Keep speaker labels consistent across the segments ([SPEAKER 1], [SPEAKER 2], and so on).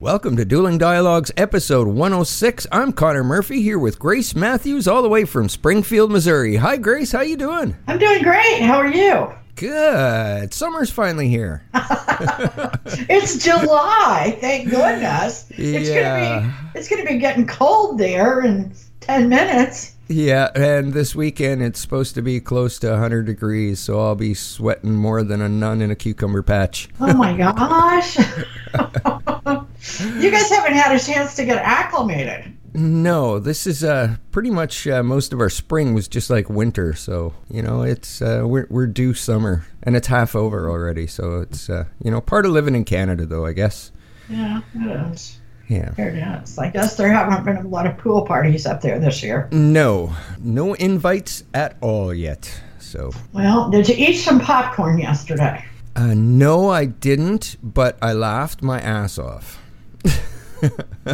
[SPEAKER 1] Welcome to Dueling Dialogues, episode 106. I'm Connor Murphy here with Grace Matthews, all the way from Springfield, Missouri. Hi, Grace. How you doing?
[SPEAKER 2] I'm doing great. How are you?
[SPEAKER 1] Good. Summer's finally here.
[SPEAKER 2] It's July, thank goodness. It's
[SPEAKER 1] Yeah.
[SPEAKER 2] gonna be it's gonna be getting cold there in ten minutes.
[SPEAKER 1] Yeah, and this weekend it's supposed to be close to 100 degrees, so I'll be sweating more than a nun in a cucumber patch.
[SPEAKER 2] Oh my gosh. you guys haven't had a chance to get acclimated.
[SPEAKER 1] No, this is uh, pretty much uh, most of our spring was just like winter, so you know it's uh, we're we're due summer, and it's half over already. So it's uh, you know part of living in Canada, though I guess.
[SPEAKER 2] Yeah, it is.
[SPEAKER 1] Yeah.
[SPEAKER 2] There it is. I guess there haven't been a lot of pool parties up there this year.
[SPEAKER 1] No, no invites at all yet. So
[SPEAKER 2] Well, did you eat some popcorn yesterday?
[SPEAKER 1] uh, no, I didn't, but I laughed my ass off. when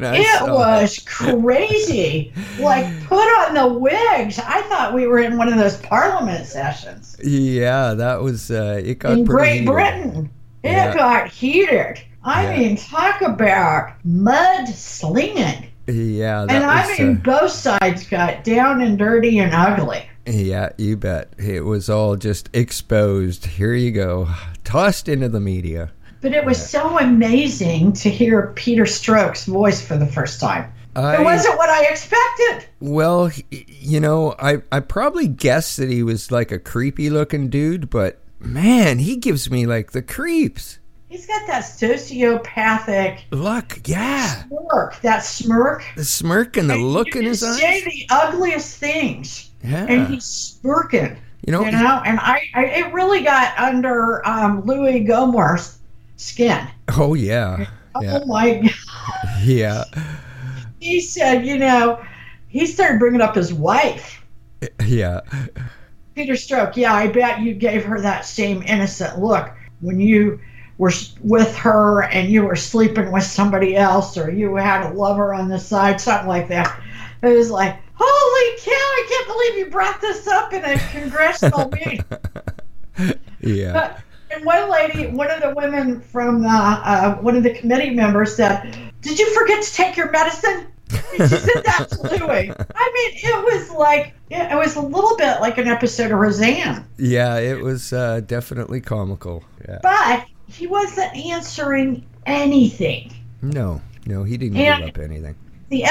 [SPEAKER 1] I
[SPEAKER 2] It
[SPEAKER 1] saw
[SPEAKER 2] was crazy. like, put on the wigs. I thought we were in one of those parliament sessions.
[SPEAKER 1] Yeah, that was uh, it. Got
[SPEAKER 2] in
[SPEAKER 1] pretty
[SPEAKER 2] Great
[SPEAKER 1] heated.
[SPEAKER 2] Britain. It
[SPEAKER 1] Yeah.
[SPEAKER 2] got heated. I
[SPEAKER 1] Yeah.
[SPEAKER 2] mean, talk about mud slinging.
[SPEAKER 1] Yeah, that
[SPEAKER 2] And I
[SPEAKER 1] was,
[SPEAKER 2] mean,
[SPEAKER 1] uh,
[SPEAKER 2] both sides got down and dirty and ugly.
[SPEAKER 1] uh, Yeah, you bet. It was all just exposed. Here you go. Tossed into the media.
[SPEAKER 2] But it was so amazing to hear Peter Stroke's voice for the first time.
[SPEAKER 1] I,
[SPEAKER 2] it wasn't what I expected.
[SPEAKER 1] well, he- you know, I, I probably guessed that he was like a creepy looking dude, but man, he gives me like the creeps.
[SPEAKER 2] He's got that sociopathic
[SPEAKER 1] Look, yeah.
[SPEAKER 2] smirk, that smirk.
[SPEAKER 1] The smirk and the look in
[SPEAKER 2] You
[SPEAKER 1] his eyes.
[SPEAKER 2] say the ugliest things, and
[SPEAKER 1] Yeah.
[SPEAKER 2] he's smirking.
[SPEAKER 1] You know,
[SPEAKER 2] you know and I, I it really got under um louis gilmore's skin
[SPEAKER 1] oh, yeah. Yeah.
[SPEAKER 2] oh my god
[SPEAKER 1] Yeah.
[SPEAKER 2] he said you know he started bringing up his wife
[SPEAKER 1] Yeah.
[SPEAKER 2] peter stroke yeah i bet you gave her that same innocent look when you were s- with her and you were sleeping with somebody else or you had a lover on the side something like that it was like holy cow i can't believe you brought this up in a congressional meeting
[SPEAKER 1] Yeah.
[SPEAKER 2] But- and one lady, one of the women from the, uh, one of the committee members said, "Did you forget to take your medicine?" And she said that to Louis. I mean, it was like it was a little bit like an episode of Roseanne,
[SPEAKER 1] Yeah. It was uh, definitely comical. Yeah.
[SPEAKER 2] but he wasn't answering anything.
[SPEAKER 1] No, no, he didn't
[SPEAKER 2] And-
[SPEAKER 1] give up anything.
[SPEAKER 2] The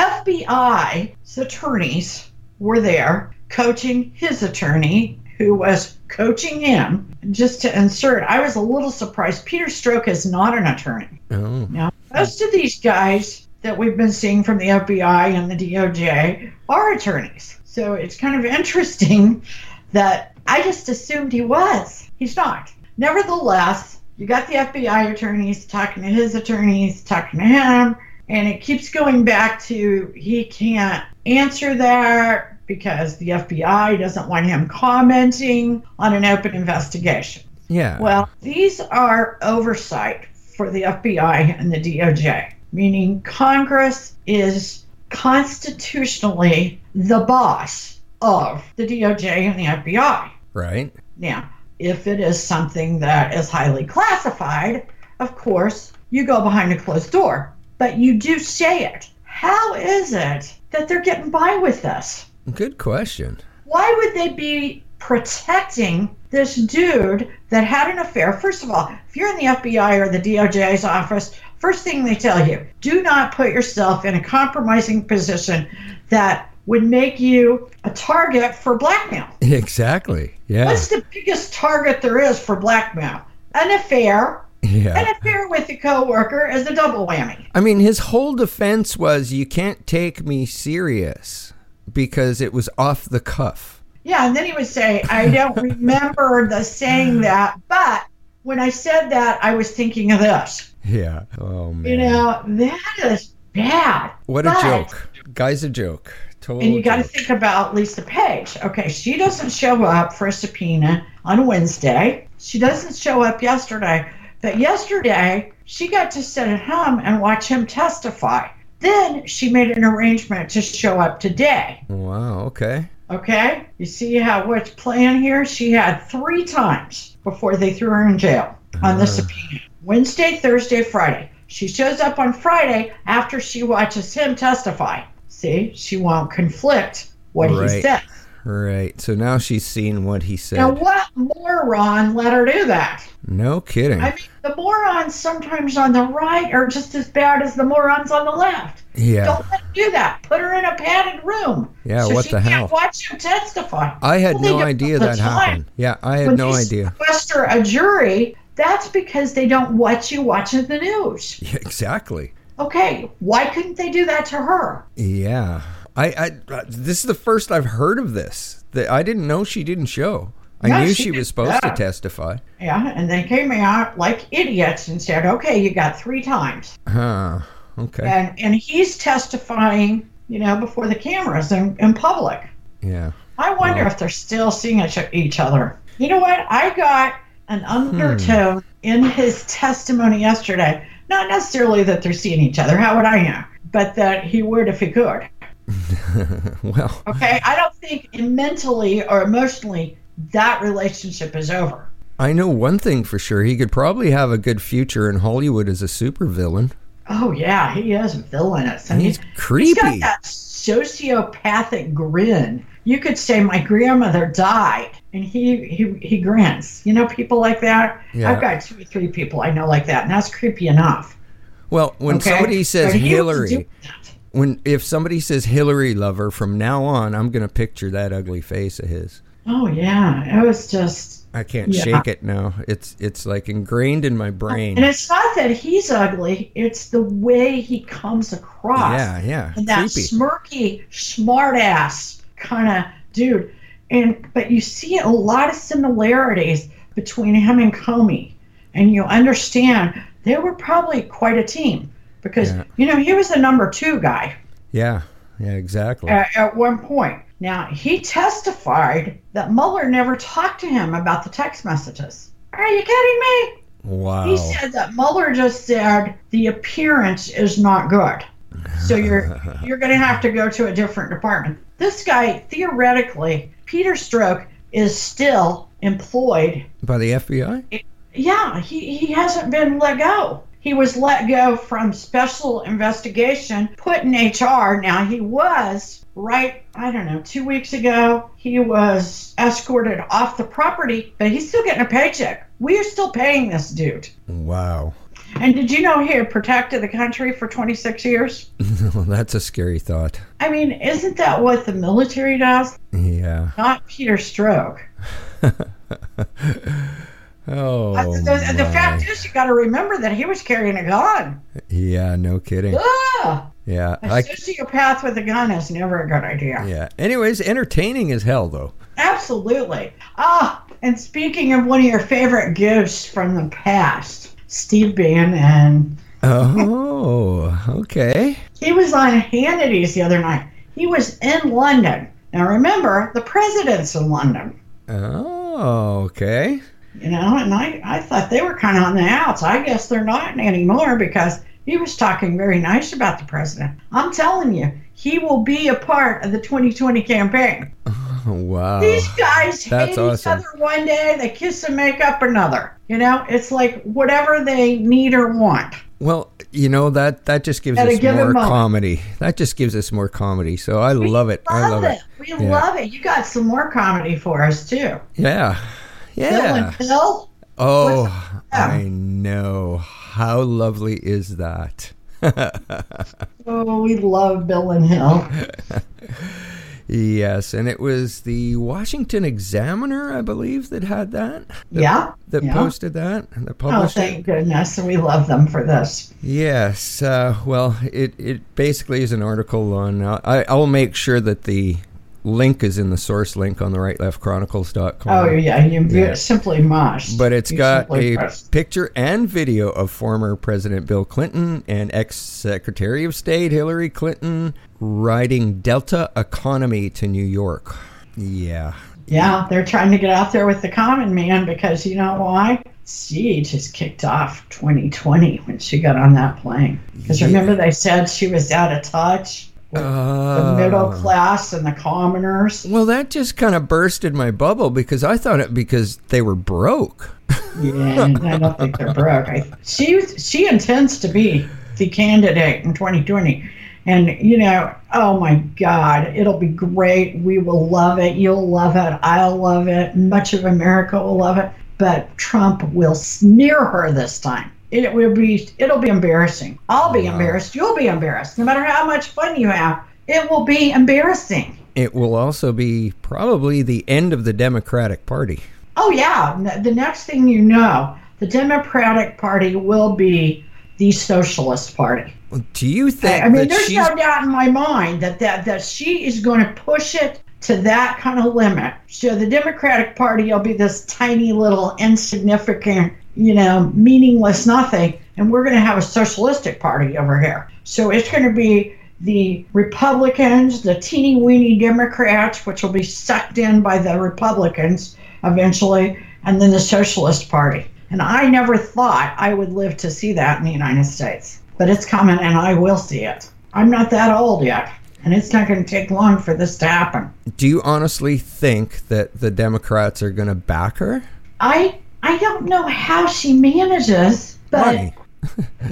[SPEAKER 2] FBI's attorneys were there coaching his attorney, who was coaching him. Just to insert, I was a little surprised. Peter Stroke is not an attorney.
[SPEAKER 1] Oh.
[SPEAKER 2] Now, most of these guys that we've been seeing from the FBI and the DOJ are attorneys. So it's kind of interesting that I just assumed he was. He's not. Nevertheless, you got the FBI attorneys talking to his attorneys, talking to him, and it keeps going back to he can't answer that because the FBI doesn't want him commenting on an open investigation.
[SPEAKER 1] Yeah.
[SPEAKER 2] Well, these are oversight for the FBI and the DOJ, meaning Congress is constitutionally the boss of the DOJ and the FBI.
[SPEAKER 1] right.
[SPEAKER 2] Now, if it is something that is highly classified, of course, you go behind a closed door, but you do say it. How is it that they're getting by with this?
[SPEAKER 1] Good question.
[SPEAKER 2] why would they be protecting this dude that had an affair? First of all, if you're in the FBI or the DOJ's office, first thing they tell you, do not put yourself in a compromising position that would make you a target for blackmail.
[SPEAKER 1] Exactly. Yeah.
[SPEAKER 2] What's the biggest target there is for blackmail? An affair and
[SPEAKER 1] Yeah.
[SPEAKER 2] a beer with a coworker as a double whammy.
[SPEAKER 1] I mean, his whole defense was you can't take me serious because it was off the cuff.
[SPEAKER 2] Yeah, and then he would say, I don't remember the saying that, but when I said that, I was thinking of this.
[SPEAKER 1] Yeah. Oh man.
[SPEAKER 2] You know, that is bad.
[SPEAKER 1] what a
[SPEAKER 2] But-
[SPEAKER 1] joke. Guy's a joke. Total
[SPEAKER 2] And you got to
[SPEAKER 1] joke.
[SPEAKER 2] think about Lisa Page. Okay, she doesn't show up for a subpoena on Wednesday. She doesn't show up yesterday. But yesterday, she got to sit at home and watch him testify. Then she made an arrangement to show up today.
[SPEAKER 1] Wow, okay.
[SPEAKER 2] Okay? You see how what's playing here? She had three times before they threw her in jail on the
[SPEAKER 1] Uh.
[SPEAKER 2] subpoena Wednesday, Thursday, Friday. She shows up on Friday after she watches him testify. See, she won't conflict what he
[SPEAKER 1] Right.
[SPEAKER 2] said.
[SPEAKER 1] Right. So now she's seen what he said.
[SPEAKER 2] Now, what moron let her do that?
[SPEAKER 1] no kidding.
[SPEAKER 2] I mean, the morons sometimes on the right are just as bad as the morons on the left.
[SPEAKER 1] yeah.
[SPEAKER 2] Don't let her do that. Put her in a padded room.
[SPEAKER 1] Yeah,
[SPEAKER 2] so
[SPEAKER 1] what
[SPEAKER 2] she
[SPEAKER 1] the
[SPEAKER 2] can't
[SPEAKER 1] hell?
[SPEAKER 2] watch him testify.
[SPEAKER 1] I had
[SPEAKER 2] Well, they
[SPEAKER 1] no
[SPEAKER 2] do it
[SPEAKER 1] idea
[SPEAKER 2] all the
[SPEAKER 1] that
[SPEAKER 2] time.
[SPEAKER 1] happened. Yeah, I had
[SPEAKER 2] when
[SPEAKER 1] no
[SPEAKER 2] they
[SPEAKER 1] idea.
[SPEAKER 2] sequester a jury, that's because they don't want you watching the news.
[SPEAKER 1] Yeah, exactly.
[SPEAKER 2] Okay, why couldn't they do that to her?
[SPEAKER 1] Yeah. I, I uh, this is the first I've heard of this. That I didn't know she didn't show. I
[SPEAKER 2] No,
[SPEAKER 1] knew
[SPEAKER 2] she
[SPEAKER 1] she was
[SPEAKER 2] didn't
[SPEAKER 1] supposed to
[SPEAKER 2] show.
[SPEAKER 1] testify.
[SPEAKER 2] Yeah, and they came out like idiots and said, "Okay, you got three times,"
[SPEAKER 1] Huh. Okay.
[SPEAKER 2] and and he's testifying, you know, before the cameras in, in public.
[SPEAKER 1] Yeah.
[SPEAKER 2] I wonder if they're still seeing each, each other. You know what? I got an undertone
[SPEAKER 1] Hmm.
[SPEAKER 2] in his testimony yesterday. Not necessarily that they're seeing each other. How would I know? But that he would if he could.
[SPEAKER 1] well,
[SPEAKER 2] Okay, I don't think mentally or emotionally that relationship is over.
[SPEAKER 1] I know one thing for sure. He could probably have a good future in Hollywood as a supervillain.
[SPEAKER 2] Oh yeah, he is villainous, and
[SPEAKER 1] He's
[SPEAKER 2] he's, he's
[SPEAKER 1] creepy.
[SPEAKER 2] got that sociopathic grin. You could say my grandmother died, and he he, he grins. You know, people like that.
[SPEAKER 1] Yeah.
[SPEAKER 2] I've got two or three people I know like that, and that's creepy enough.
[SPEAKER 1] well, when
[SPEAKER 2] Okay,
[SPEAKER 1] somebody says
[SPEAKER 2] But he was
[SPEAKER 1] Hillary,
[SPEAKER 2] doing that.
[SPEAKER 1] when if somebody says Hillary lover from now on, I'm gonna picture that ugly face of his.
[SPEAKER 2] Oh yeah, it was just
[SPEAKER 1] I can't
[SPEAKER 2] Yeah. Oh,
[SPEAKER 1] shake it now. It's it's like ingrained in my
[SPEAKER 2] And
[SPEAKER 1] brain.
[SPEAKER 2] it's not that he's ugly; it's the way he comes across.
[SPEAKER 1] Yeah, yeah,
[SPEAKER 2] and that
[SPEAKER 1] creepy.
[SPEAKER 2] smirky, smart ass kind of dude. And but you see a lot of similarities between him and Comey, and you understand they were probably quite a team because
[SPEAKER 1] Yeah.
[SPEAKER 2] you know he was the number two guy
[SPEAKER 1] yeah, yeah, exactly.
[SPEAKER 2] at, at one point. Now he testified that Mueller never talked to him about the text messages. Are you kidding me?
[SPEAKER 1] wow.
[SPEAKER 2] He said that Mueller just said the appearance is not good. So you're you're going to have to go to a different department. This guy theoretically, Peter Stroke is still employed.
[SPEAKER 1] By the FBI?
[SPEAKER 2] Yeah, he, he hasn't been let go. He was let go from special investigation, put in HR. Now he was right, I don't know, two weeks ago, he was escorted off the property, but he's still getting a paycheck. We are still paying this dude.
[SPEAKER 1] Wow.
[SPEAKER 2] And did you know he had protected the country for 26 years?
[SPEAKER 1] well, that's a scary thought.
[SPEAKER 2] I mean, isn't that what the military does?
[SPEAKER 1] Yeah.
[SPEAKER 2] Not Peter Stroke.
[SPEAKER 1] Oh.
[SPEAKER 2] Uh, the, the- the
[SPEAKER 1] my.
[SPEAKER 2] fact is, you got to remember that he was carrying a gun.
[SPEAKER 1] Yeah, no kidding.
[SPEAKER 2] Ah,
[SPEAKER 1] Yeah.
[SPEAKER 2] a
[SPEAKER 1] I,
[SPEAKER 2] sociopath with a gun is never a good idea.
[SPEAKER 1] yeah. Anyways, entertaining as hell though.
[SPEAKER 2] Absolutely. Ah, and speaking of one of your favorite gifts from the past, Steve Bannon.
[SPEAKER 1] Oh, okay.
[SPEAKER 2] He was on Hannity's the other night. He was in London. Now remember, the president's in London.
[SPEAKER 1] Oh, okay.
[SPEAKER 2] you know and i i thought they were kind of on the outs i guess they're not anymore because he was talking very nice about the president i'm telling you he will be a part of the 2020 campaign
[SPEAKER 1] Wow.
[SPEAKER 2] these guys
[SPEAKER 1] Oh, that's
[SPEAKER 2] hate
[SPEAKER 1] awesome.
[SPEAKER 2] each other one day they kiss and make up another you know it's like whatever they need or want
[SPEAKER 1] Well, you know that that just gives
[SPEAKER 2] At a
[SPEAKER 1] us
[SPEAKER 2] given
[SPEAKER 1] more
[SPEAKER 2] moment.
[SPEAKER 1] comedy. That just gives us more comedy. So I love it. I love it.
[SPEAKER 2] we love it you got some more comedy for us too
[SPEAKER 1] Yeah.
[SPEAKER 2] bill
[SPEAKER 1] Yeah.
[SPEAKER 2] and bill
[SPEAKER 1] Oh,
[SPEAKER 2] Yeah.
[SPEAKER 1] I know. How lovely is that?
[SPEAKER 2] Oh, we love Bill and Hill.
[SPEAKER 1] Yes, and it was the Washington Examiner, I believe, that had that. that
[SPEAKER 2] yeah.
[SPEAKER 1] That
[SPEAKER 2] yeah.
[SPEAKER 1] posted that and that
[SPEAKER 2] Oh,
[SPEAKER 1] published it.
[SPEAKER 2] thank goodness. We love them for this.
[SPEAKER 1] Yes. Uh, well, it, it basically is an article on. Uh, I, I'll make sure that the link is in the source link on the rightleftchronicles.com.
[SPEAKER 2] Oh, yeah. You
[SPEAKER 1] Um, Yeah.
[SPEAKER 2] simply must.
[SPEAKER 1] But it's
[SPEAKER 2] You
[SPEAKER 1] got
[SPEAKER 2] simply
[SPEAKER 1] a
[SPEAKER 2] must.
[SPEAKER 1] picture and video of former President Bill Clinton and ex Secretary of State Hillary Clinton riding Delta Economy to New York. Yeah.
[SPEAKER 2] Yeah, they're trying to get out there with the common man because you know why? She just kicked off 2020 when she got on that plane. Because
[SPEAKER 1] Yeah.
[SPEAKER 2] remember, they said she was out of touch with the middle
[SPEAKER 1] Uh,
[SPEAKER 2] class and the commoners.
[SPEAKER 1] Well, that just kind of bursted my bubble because I thought it because they were broke.
[SPEAKER 2] Yeah, and I don't think they're broke. I, she was- she intends to be the candidate in 2020. And you know, oh my God, it'll be great. We will love it. You'll love it. I'll love it. Much of America will love it. But Trump will smear her this time. It will be it'll be embarrassing. I'll be
[SPEAKER 1] Wow.
[SPEAKER 2] embarrassed. You'll be embarrassed. No matter how much fun you have, it will be embarrassing.
[SPEAKER 1] It will also be probably the end of the Democratic Party.
[SPEAKER 2] Oh, yeah. N- The next thing you know, the Democratic Party will be the Socialist Party.
[SPEAKER 1] Do you think
[SPEAKER 2] I I mean,
[SPEAKER 1] that
[SPEAKER 2] there's
[SPEAKER 1] she's
[SPEAKER 2] no doubt in my mind that, that, that she is going to push it to that kind of limit. So the Democratic Party will be this tiny little insignificant, you know, meaningless nothing. And we're going to have a socialistic party over here. So it's going to be the Republicans, the teeny weeny Democrats, which will be sucked in by the Republicans eventually, and then the Socialist Party. And I never thought I would live to see that in the United States. But it's coming, and I will see it. I'm not that old yet, and it's not going to take long for this to happen.
[SPEAKER 1] do you honestly think that the Democrats are going to back her?
[SPEAKER 2] I I don't know how she manages, but
[SPEAKER 1] Money.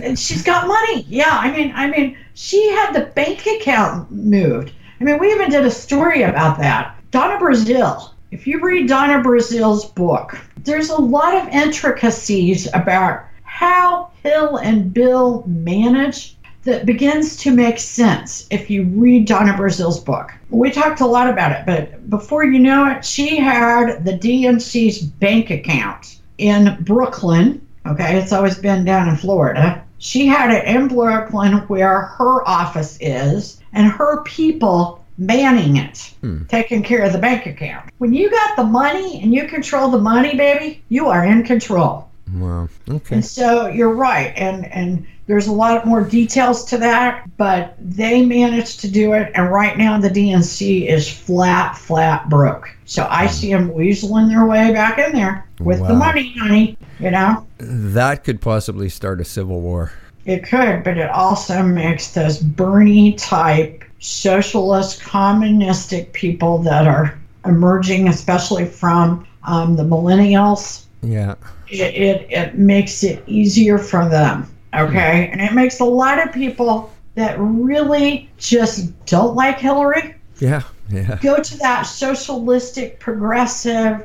[SPEAKER 2] And she's got money. Yeah, I mean, I mean, she had the bank account moved. I mean, we even did a story about that. Donna Brazil. If you read Donna Brazil's book, there's a lot of intricacies about how Hill and Bill manage that begins to make sense if you read Donna Brazil's book. We talked a lot about it, but before you know it, she had the DNC's bank account in Brooklyn. Okay, it's always been down in Florida. She had it in Brooklyn where her office is and her people manning it, taking care of the bank account. When you got the money and you control the money, baby, you are in control.
[SPEAKER 1] Wow. Okay.
[SPEAKER 2] And so you're right, and and there's a lot more details to that, but they managed to do it, and right now the DNC is flat, flat broke. So I see them weaseling their way back in there with the
[SPEAKER 1] Wow.
[SPEAKER 2] money, honey. You know,
[SPEAKER 1] That could possibly start a civil war.
[SPEAKER 2] it could, but it also makes those Bernie type socialist, communistic people that are emerging, especially from um, the millennials.
[SPEAKER 1] Yeah.
[SPEAKER 2] it, it, it makes it easier for them. Okay. And it makes a lot of people that really just don't like Hillary
[SPEAKER 1] Yeah. Yeah.
[SPEAKER 2] go to that socialistic, progressive,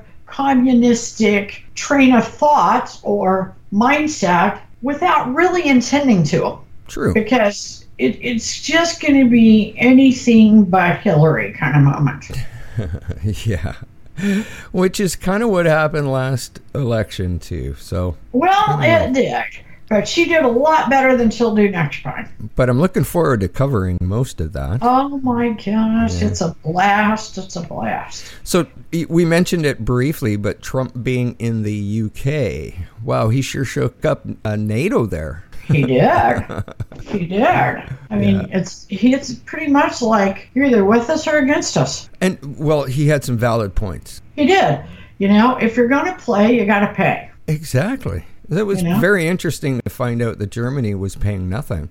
[SPEAKER 2] communistic train of thought or mindset without really intending to
[SPEAKER 1] True.
[SPEAKER 2] because it, it's just going to be anything but Hillary kind of moment.
[SPEAKER 1] yeah. Which is kind of what happened last election too. So,
[SPEAKER 2] Well, it did. But she did a lot better than she'll do next time.
[SPEAKER 1] but I'm looking forward to covering most of that.
[SPEAKER 2] Oh my gosh, it's a blast. It's a blast.
[SPEAKER 1] So y- we mentioned it briefly, but Trump being in the UK, wow, he sure shook up uh, NATO there.
[SPEAKER 2] He did. he did. I mean, it's he, it's pretty much like you're either with us or against us.
[SPEAKER 1] And well, he had some valid points.
[SPEAKER 2] He did. You know, if you're going to play, you got to pay.
[SPEAKER 1] Exactly. That was
[SPEAKER 2] You know?
[SPEAKER 1] very interesting to find out that Germany was paying nothing.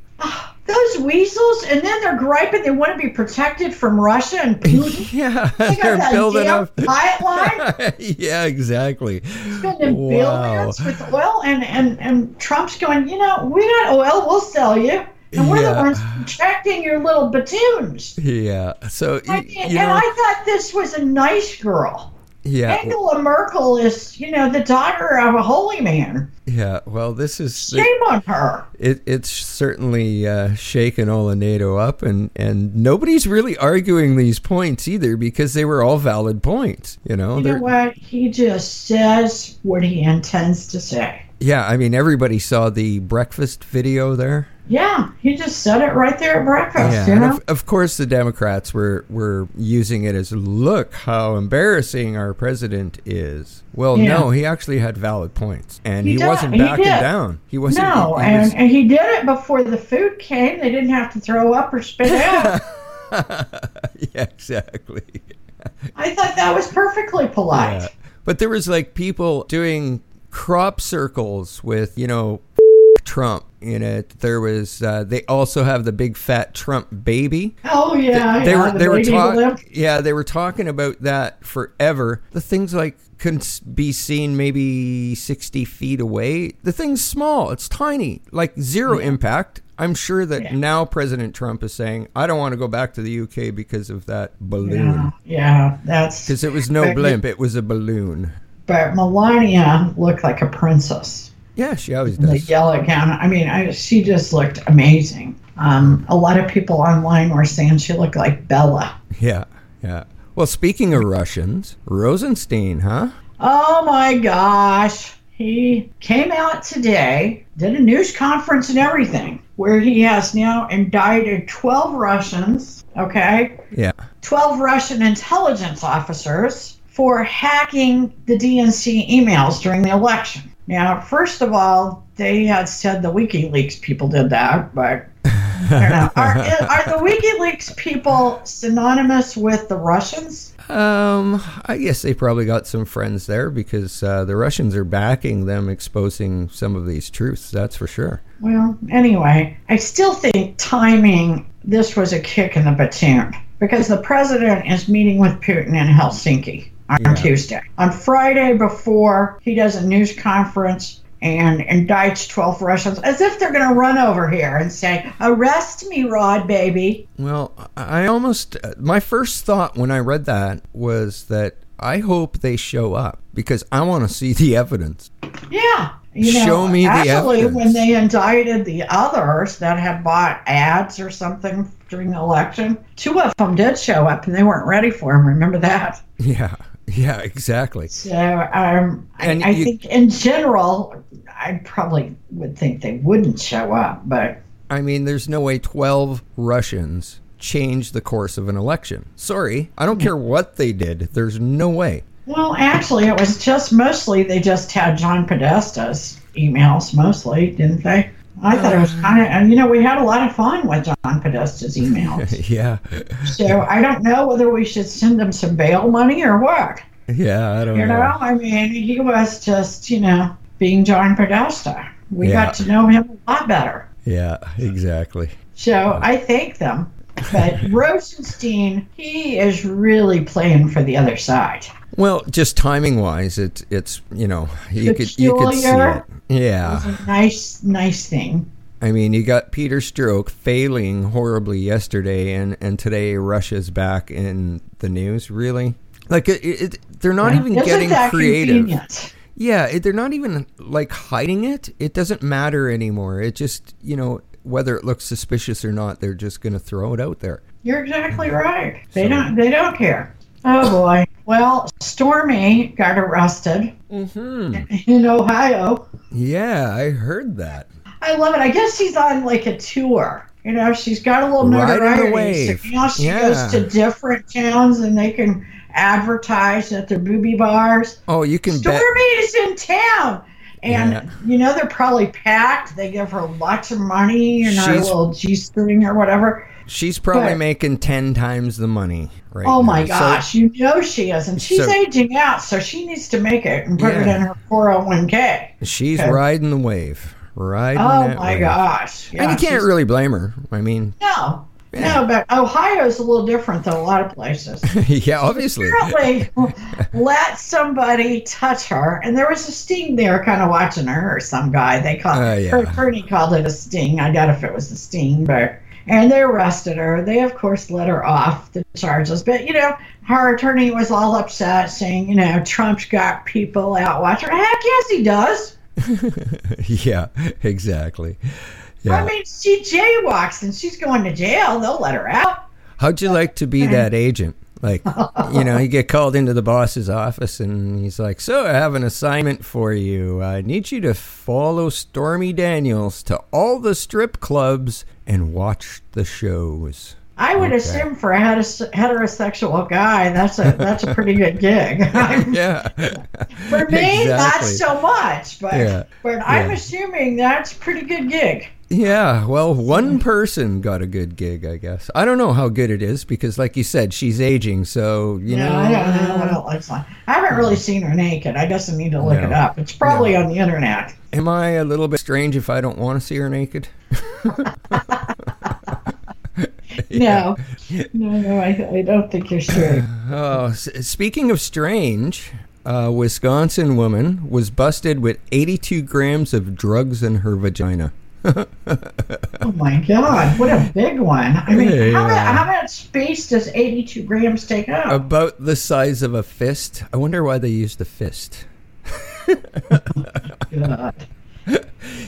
[SPEAKER 2] Those weasels, and then they're griping they want to be protected from Russia and Putin.
[SPEAKER 1] Yeah,
[SPEAKER 2] They got
[SPEAKER 1] they're
[SPEAKER 2] that
[SPEAKER 1] building
[SPEAKER 2] damn
[SPEAKER 1] up.
[SPEAKER 2] pipeline,
[SPEAKER 1] yeah, exactly.
[SPEAKER 2] spending
[SPEAKER 1] Wow.
[SPEAKER 2] billions with oil, and, and, and Trump's going, you know, we got oil, we'll sell you. And we're the
[SPEAKER 1] Yeah.
[SPEAKER 2] ones protecting your little platoons.
[SPEAKER 1] Yeah. So
[SPEAKER 2] I
[SPEAKER 1] y-
[SPEAKER 2] mean,
[SPEAKER 1] you
[SPEAKER 2] and
[SPEAKER 1] know, Uh,
[SPEAKER 2] I thought this was a nice girl.
[SPEAKER 1] yeah,
[SPEAKER 2] Angela Merkel is, you know, the daughter of a holy man.
[SPEAKER 1] Yeah, well, this is
[SPEAKER 2] Shame on her.
[SPEAKER 1] it, it's certainly uh, shaken Olinado up, and, and nobody's really arguing these points either because they were all valid points. You know,
[SPEAKER 2] You know
[SPEAKER 1] They're-
[SPEAKER 2] what? He just says what he intends to say.
[SPEAKER 1] yeah. I mean, everybody saw the breakfast video there.
[SPEAKER 2] Yeah, he just said it right there at breakfast,
[SPEAKER 1] Yeah,
[SPEAKER 2] you
[SPEAKER 1] and
[SPEAKER 2] know?
[SPEAKER 1] of, of course the Democrats were were using it as look how embarrassing our president is. Well,
[SPEAKER 2] Yeah.
[SPEAKER 1] no, he actually had valid points, and
[SPEAKER 2] He
[SPEAKER 1] he,
[SPEAKER 2] did.
[SPEAKER 1] wasn't
[SPEAKER 2] He
[SPEAKER 1] backing
[SPEAKER 2] did.
[SPEAKER 1] down. He wasn't.
[SPEAKER 2] no,
[SPEAKER 1] he- he was-
[SPEAKER 2] and, and he did it before the food came. They didn't have to throw up or spit out.
[SPEAKER 1] yeah, exactly.
[SPEAKER 2] I thought that was perfectly polite.
[SPEAKER 1] Yeah. But there was like people doing crop circles with you know Trump in it. There was uh, they also have the big fat Trump baby.
[SPEAKER 2] Oh yeah,
[SPEAKER 1] they
[SPEAKER 2] yeah,
[SPEAKER 1] were
[SPEAKER 2] the
[SPEAKER 1] they were
[SPEAKER 2] baby
[SPEAKER 1] talking
[SPEAKER 2] lift.
[SPEAKER 1] yeah they were talking about that forever the things like can s- be seen maybe 60 feet away the thing's small it's tiny like zero impact i'm sure that now president trump is saying i don't want to go back to the uk because of that
[SPEAKER 2] Yeah,
[SPEAKER 1] balloon
[SPEAKER 2] yeah, that's
[SPEAKER 1] because Mm. it was no
[SPEAKER 2] But-
[SPEAKER 1] blimp it was a balloon
[SPEAKER 2] but Melania looked like a princess
[SPEAKER 1] yeah she always
[SPEAKER 2] in the
[SPEAKER 1] does
[SPEAKER 2] yellow gown. I mean, I, she just looked amazing. Um, a lot of people online were saying she looked like Bella.
[SPEAKER 1] yeah yeah well speaking of russians rosenstein huh
[SPEAKER 2] Oh my gosh. He came out today, did a news conference and everything, where he has now indicted 12 Russians, okay?
[SPEAKER 1] yeah
[SPEAKER 2] 12 Russian intelligence officers for hacking the DNC emails during the election. Now, first of all, they had said the WikiLeaks people did that, but I don't know. Are, are the WikiLeaks people synonymous with the Russians?
[SPEAKER 1] Um, I guess they probably got some friends there because uh, the Russians are backing them exposing some of these truths. That's for sure.
[SPEAKER 2] Well, anyway, I still think timing this was a kick in the platoon because the president is meeting with Putin in Helsinki on
[SPEAKER 1] Yeah.
[SPEAKER 2] Tuesday. On Friday before, he does a news conference and indicts 12 Russians as if they're going to run over here and say, "Arrest me, Rod baby."
[SPEAKER 1] Well, I I almost uh, my first thought when I read that was that I hope they show up because I want to see the evidence.
[SPEAKER 2] Yeah. You know,
[SPEAKER 1] Show me the
[SPEAKER 2] actually,
[SPEAKER 1] evidence.
[SPEAKER 2] when they indicted the others that had bought ads or something during the election, two of them did show up and they weren't ready for them. Remember that?
[SPEAKER 1] Yeah, yeah, exactly.
[SPEAKER 2] So um, I,
[SPEAKER 1] And
[SPEAKER 2] I
[SPEAKER 1] you-
[SPEAKER 2] think in general, I probably would think they wouldn't show up, but
[SPEAKER 1] I mean, there's no way 12 Russians changed the course of an election. Sorry, I don't care what they did. There's no way.
[SPEAKER 2] well, actually, it was just mostly they just had John Podesta's emails mostly, didn't they? I thought it was
[SPEAKER 1] Uh-huh.
[SPEAKER 2] kind of, and you know, we had a lot of fun with John Podesta's emails.
[SPEAKER 1] Yeah,
[SPEAKER 2] so I don't know whether we should send him some bail money or what.
[SPEAKER 1] yeah, I don't
[SPEAKER 2] You know,
[SPEAKER 1] know.
[SPEAKER 2] I mean, he was just, you know, being John Podesta. We
[SPEAKER 1] Yeah.
[SPEAKER 2] got to know him a lot better.
[SPEAKER 1] Yeah, exactly.
[SPEAKER 2] So I thank them. But Rosenstein, he is really playing for the other side.
[SPEAKER 1] Well, just timing wise, it's it's you know you could you could see it.
[SPEAKER 2] Peculiar.
[SPEAKER 1] Yeah,
[SPEAKER 2] It's a nice, nice thing.
[SPEAKER 1] I mean you got Peter Strzok failing horribly yesterday, and and today Russia's back in the news. Really, like it, it, they're not even
[SPEAKER 2] Isn't
[SPEAKER 1] getting
[SPEAKER 2] that
[SPEAKER 1] creative.
[SPEAKER 2] convenient?
[SPEAKER 1] Yeah, it, they're not even like hiding it. It doesn't matter anymore. It just you know whether it looks suspicious or not, they're just going to throw it out there.
[SPEAKER 2] You're
[SPEAKER 1] Mm-hmm.
[SPEAKER 2] exactly right. They don't. They don't care. Oh boy. Well, Stormy got arrested in Ohio.
[SPEAKER 1] Yeah, I heard that.
[SPEAKER 2] I love it. I guess she's on like a tour. You know, she's got a little
[SPEAKER 1] Ride on the
[SPEAKER 2] notoriety.
[SPEAKER 1] wave.
[SPEAKER 2] So now she
[SPEAKER 1] Yeah.
[SPEAKER 2] goes to different towns and they can advertise at their booby bars.
[SPEAKER 1] Oh, you can bet.
[SPEAKER 2] Stormy is in town. And
[SPEAKER 1] Yeah.
[SPEAKER 2] you know they're probably packed. They give her lots of money and her
[SPEAKER 1] She's-
[SPEAKER 2] little G string or whatever.
[SPEAKER 1] She's probably
[SPEAKER 2] But-
[SPEAKER 1] making ten times the money right
[SPEAKER 2] Oh my
[SPEAKER 1] now. So-
[SPEAKER 2] gosh, you know she is, and she's
[SPEAKER 1] so-
[SPEAKER 2] aging out, so she needs to make it and put it
[SPEAKER 1] Yeah.
[SPEAKER 2] in her 401k.
[SPEAKER 1] She's
[SPEAKER 2] Okay.
[SPEAKER 1] riding the wave. Riding
[SPEAKER 2] Oh
[SPEAKER 1] that
[SPEAKER 2] my
[SPEAKER 1] wave.
[SPEAKER 2] gosh,
[SPEAKER 1] And
[SPEAKER 2] Yeah,
[SPEAKER 1] you can't
[SPEAKER 2] she's-
[SPEAKER 1] really blame her. I mean,
[SPEAKER 2] no, no, but Ohio's a little different than a lot of places.
[SPEAKER 1] yeah, obviously.
[SPEAKER 2] Apparently, let somebody touch her, and there was a sting there, kind of watching her or some guy. They called
[SPEAKER 1] Oh, yeah.
[SPEAKER 2] her attorney called it a sting. I doubt if it was a sting, but and they arrested her. They of course let her off the charges, but you know her attorney was all upset, saying you know Trump's got people out watching. her. Heck yes, he does.
[SPEAKER 1] yeah, exactly.
[SPEAKER 2] I
[SPEAKER 1] Yeah.
[SPEAKER 2] mean, she jaywalks and she's going to jail. They'll let her out.
[SPEAKER 1] How'd you like to be that agent? Like, you know, you get called into the boss's office and he's like, So I have an assignment for you. I need you to follow Stormy Daniels to all the strip clubs and watch the shows.
[SPEAKER 2] I would assume for a heteros- heterosexual guy, that's a that's a pretty good gig.
[SPEAKER 1] Yeah.
[SPEAKER 2] for me, not
[SPEAKER 1] Exactly.
[SPEAKER 2] so much, but
[SPEAKER 1] Yeah,
[SPEAKER 2] but I'm
[SPEAKER 1] yeah.
[SPEAKER 2] assuming that's a pretty good gig.
[SPEAKER 1] Yeah, well, one person got a good gig, I guess. I don't know how good it is because, like you said, she's aging, so you
[SPEAKER 2] Yeah,
[SPEAKER 1] know.
[SPEAKER 2] I don't know what it looks like. I haven't really seen her naked. I guess I need to look
[SPEAKER 1] No.
[SPEAKER 2] it up. It's probably on the internet.
[SPEAKER 1] Am I a little bit strange if I don't want to see her naked?
[SPEAKER 2] No, no, no, I, I don't think you're sure.
[SPEAKER 1] Oh, s- speaking of strange, a Wisconsin woman was busted with 82 grams of drugs in her vagina.
[SPEAKER 2] Oh my God, what a big one! I mean, how, mu-
[SPEAKER 1] Yeah.
[SPEAKER 2] how much space does 82 grams take up?
[SPEAKER 1] About the size of a fist. I wonder why they used the fist. Um,
[SPEAKER 2] God.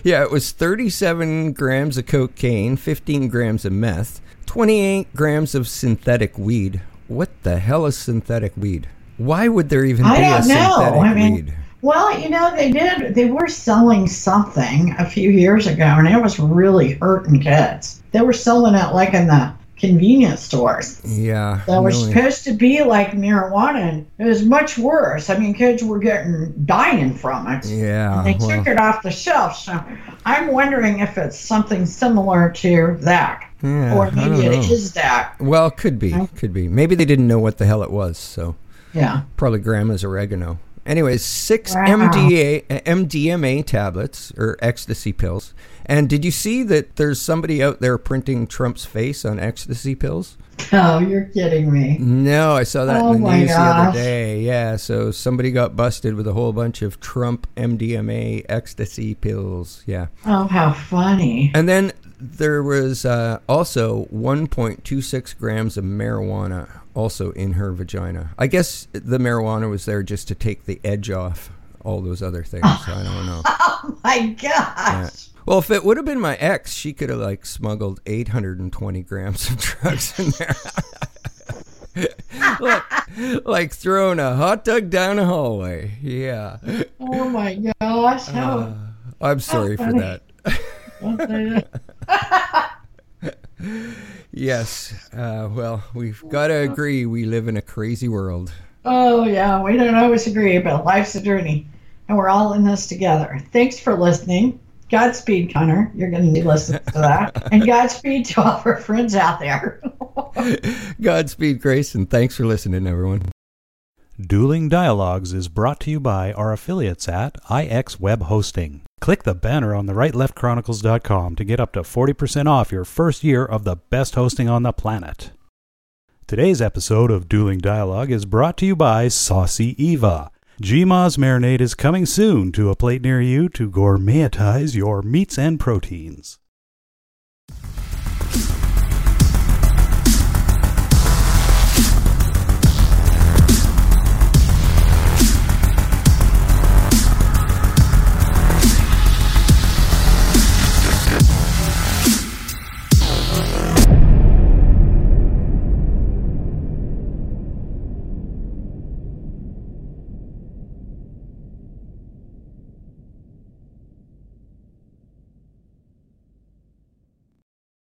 [SPEAKER 1] Yeah, it was 37 grams of cocaine, 15 grams of meth, 28 grams of synthetic weed. What the hell is synthetic weed? Why would there even
[SPEAKER 2] I
[SPEAKER 1] be a
[SPEAKER 2] don't know.
[SPEAKER 1] synthetic
[SPEAKER 2] I mean,
[SPEAKER 1] weed?
[SPEAKER 2] well, you know, they did. They were selling something a few years ago, and it was really hurting kids. They were selling it like in the convenience stores
[SPEAKER 1] Yeah.
[SPEAKER 2] that were
[SPEAKER 1] no,
[SPEAKER 2] supposed to be like marijuana, and it was much worse. I mean, kids were getting dying from it.
[SPEAKER 1] yeah.
[SPEAKER 2] They
[SPEAKER 1] well,
[SPEAKER 2] took it off the shelf, so I'm wondering if it's something similar to that,
[SPEAKER 1] yeah, I
[SPEAKER 2] or
[SPEAKER 1] don't
[SPEAKER 2] maybe it
[SPEAKER 1] know.
[SPEAKER 2] is that.
[SPEAKER 1] Well, could be, could be. Maybe they didn't know what the hell it was, so
[SPEAKER 2] Yeah.
[SPEAKER 1] probably grandma's oregano. Anyways, six
[SPEAKER 2] Wow.
[SPEAKER 1] MDA, uh, MDMA tablets or ecstasy pills. And did you see that there's somebody out there printing Trump's face on ecstasy pills?
[SPEAKER 2] Oh, you're kidding me.
[SPEAKER 1] No, I saw that
[SPEAKER 2] Oh
[SPEAKER 1] in the
[SPEAKER 2] my
[SPEAKER 1] news the
[SPEAKER 2] gosh.
[SPEAKER 1] other day. Yeah, so somebody got busted with a whole bunch of Trump MDMA ecstasy pills. Yeah.
[SPEAKER 2] Oh, how funny.
[SPEAKER 1] And then there was uh, also 1.26 grams of marijuana also in her vagina. I guess the marijuana was there just to take the edge off all those other things. I don't know.
[SPEAKER 2] Oh my gosh.
[SPEAKER 1] Well, if it would have been my ex, she could have like smuggled 820 grams of drugs in there. like, like throwing a hot dog down a hallway. Yeah.
[SPEAKER 2] Oh my gosh. How,
[SPEAKER 1] I'm sorry for
[SPEAKER 2] funny.
[SPEAKER 1] that. Yes. Uh, well, we've got to agree we live in a crazy world.
[SPEAKER 2] oh, yeah. We don't always agree, but life's a journey, and we're all in this together. Thanks for listening. Godspeed, Connor. You're going to need to listen to that. And Godspeed to all of our friends out there.
[SPEAKER 1] Godspeed, Grace, and thanks for listening, everyone.
[SPEAKER 3] Dueling Dialogues is brought to you by our affiliates at IX Web Hosting. Click the banner on the rightleftchronicles.com to get up to 40% off your first year of the best hosting on the planet. Today's episode of Dueling Dialogue is brought to you by Saucy Eva. GMA's marinade is coming soon to a plate near you to gourmetize your meats and proteins.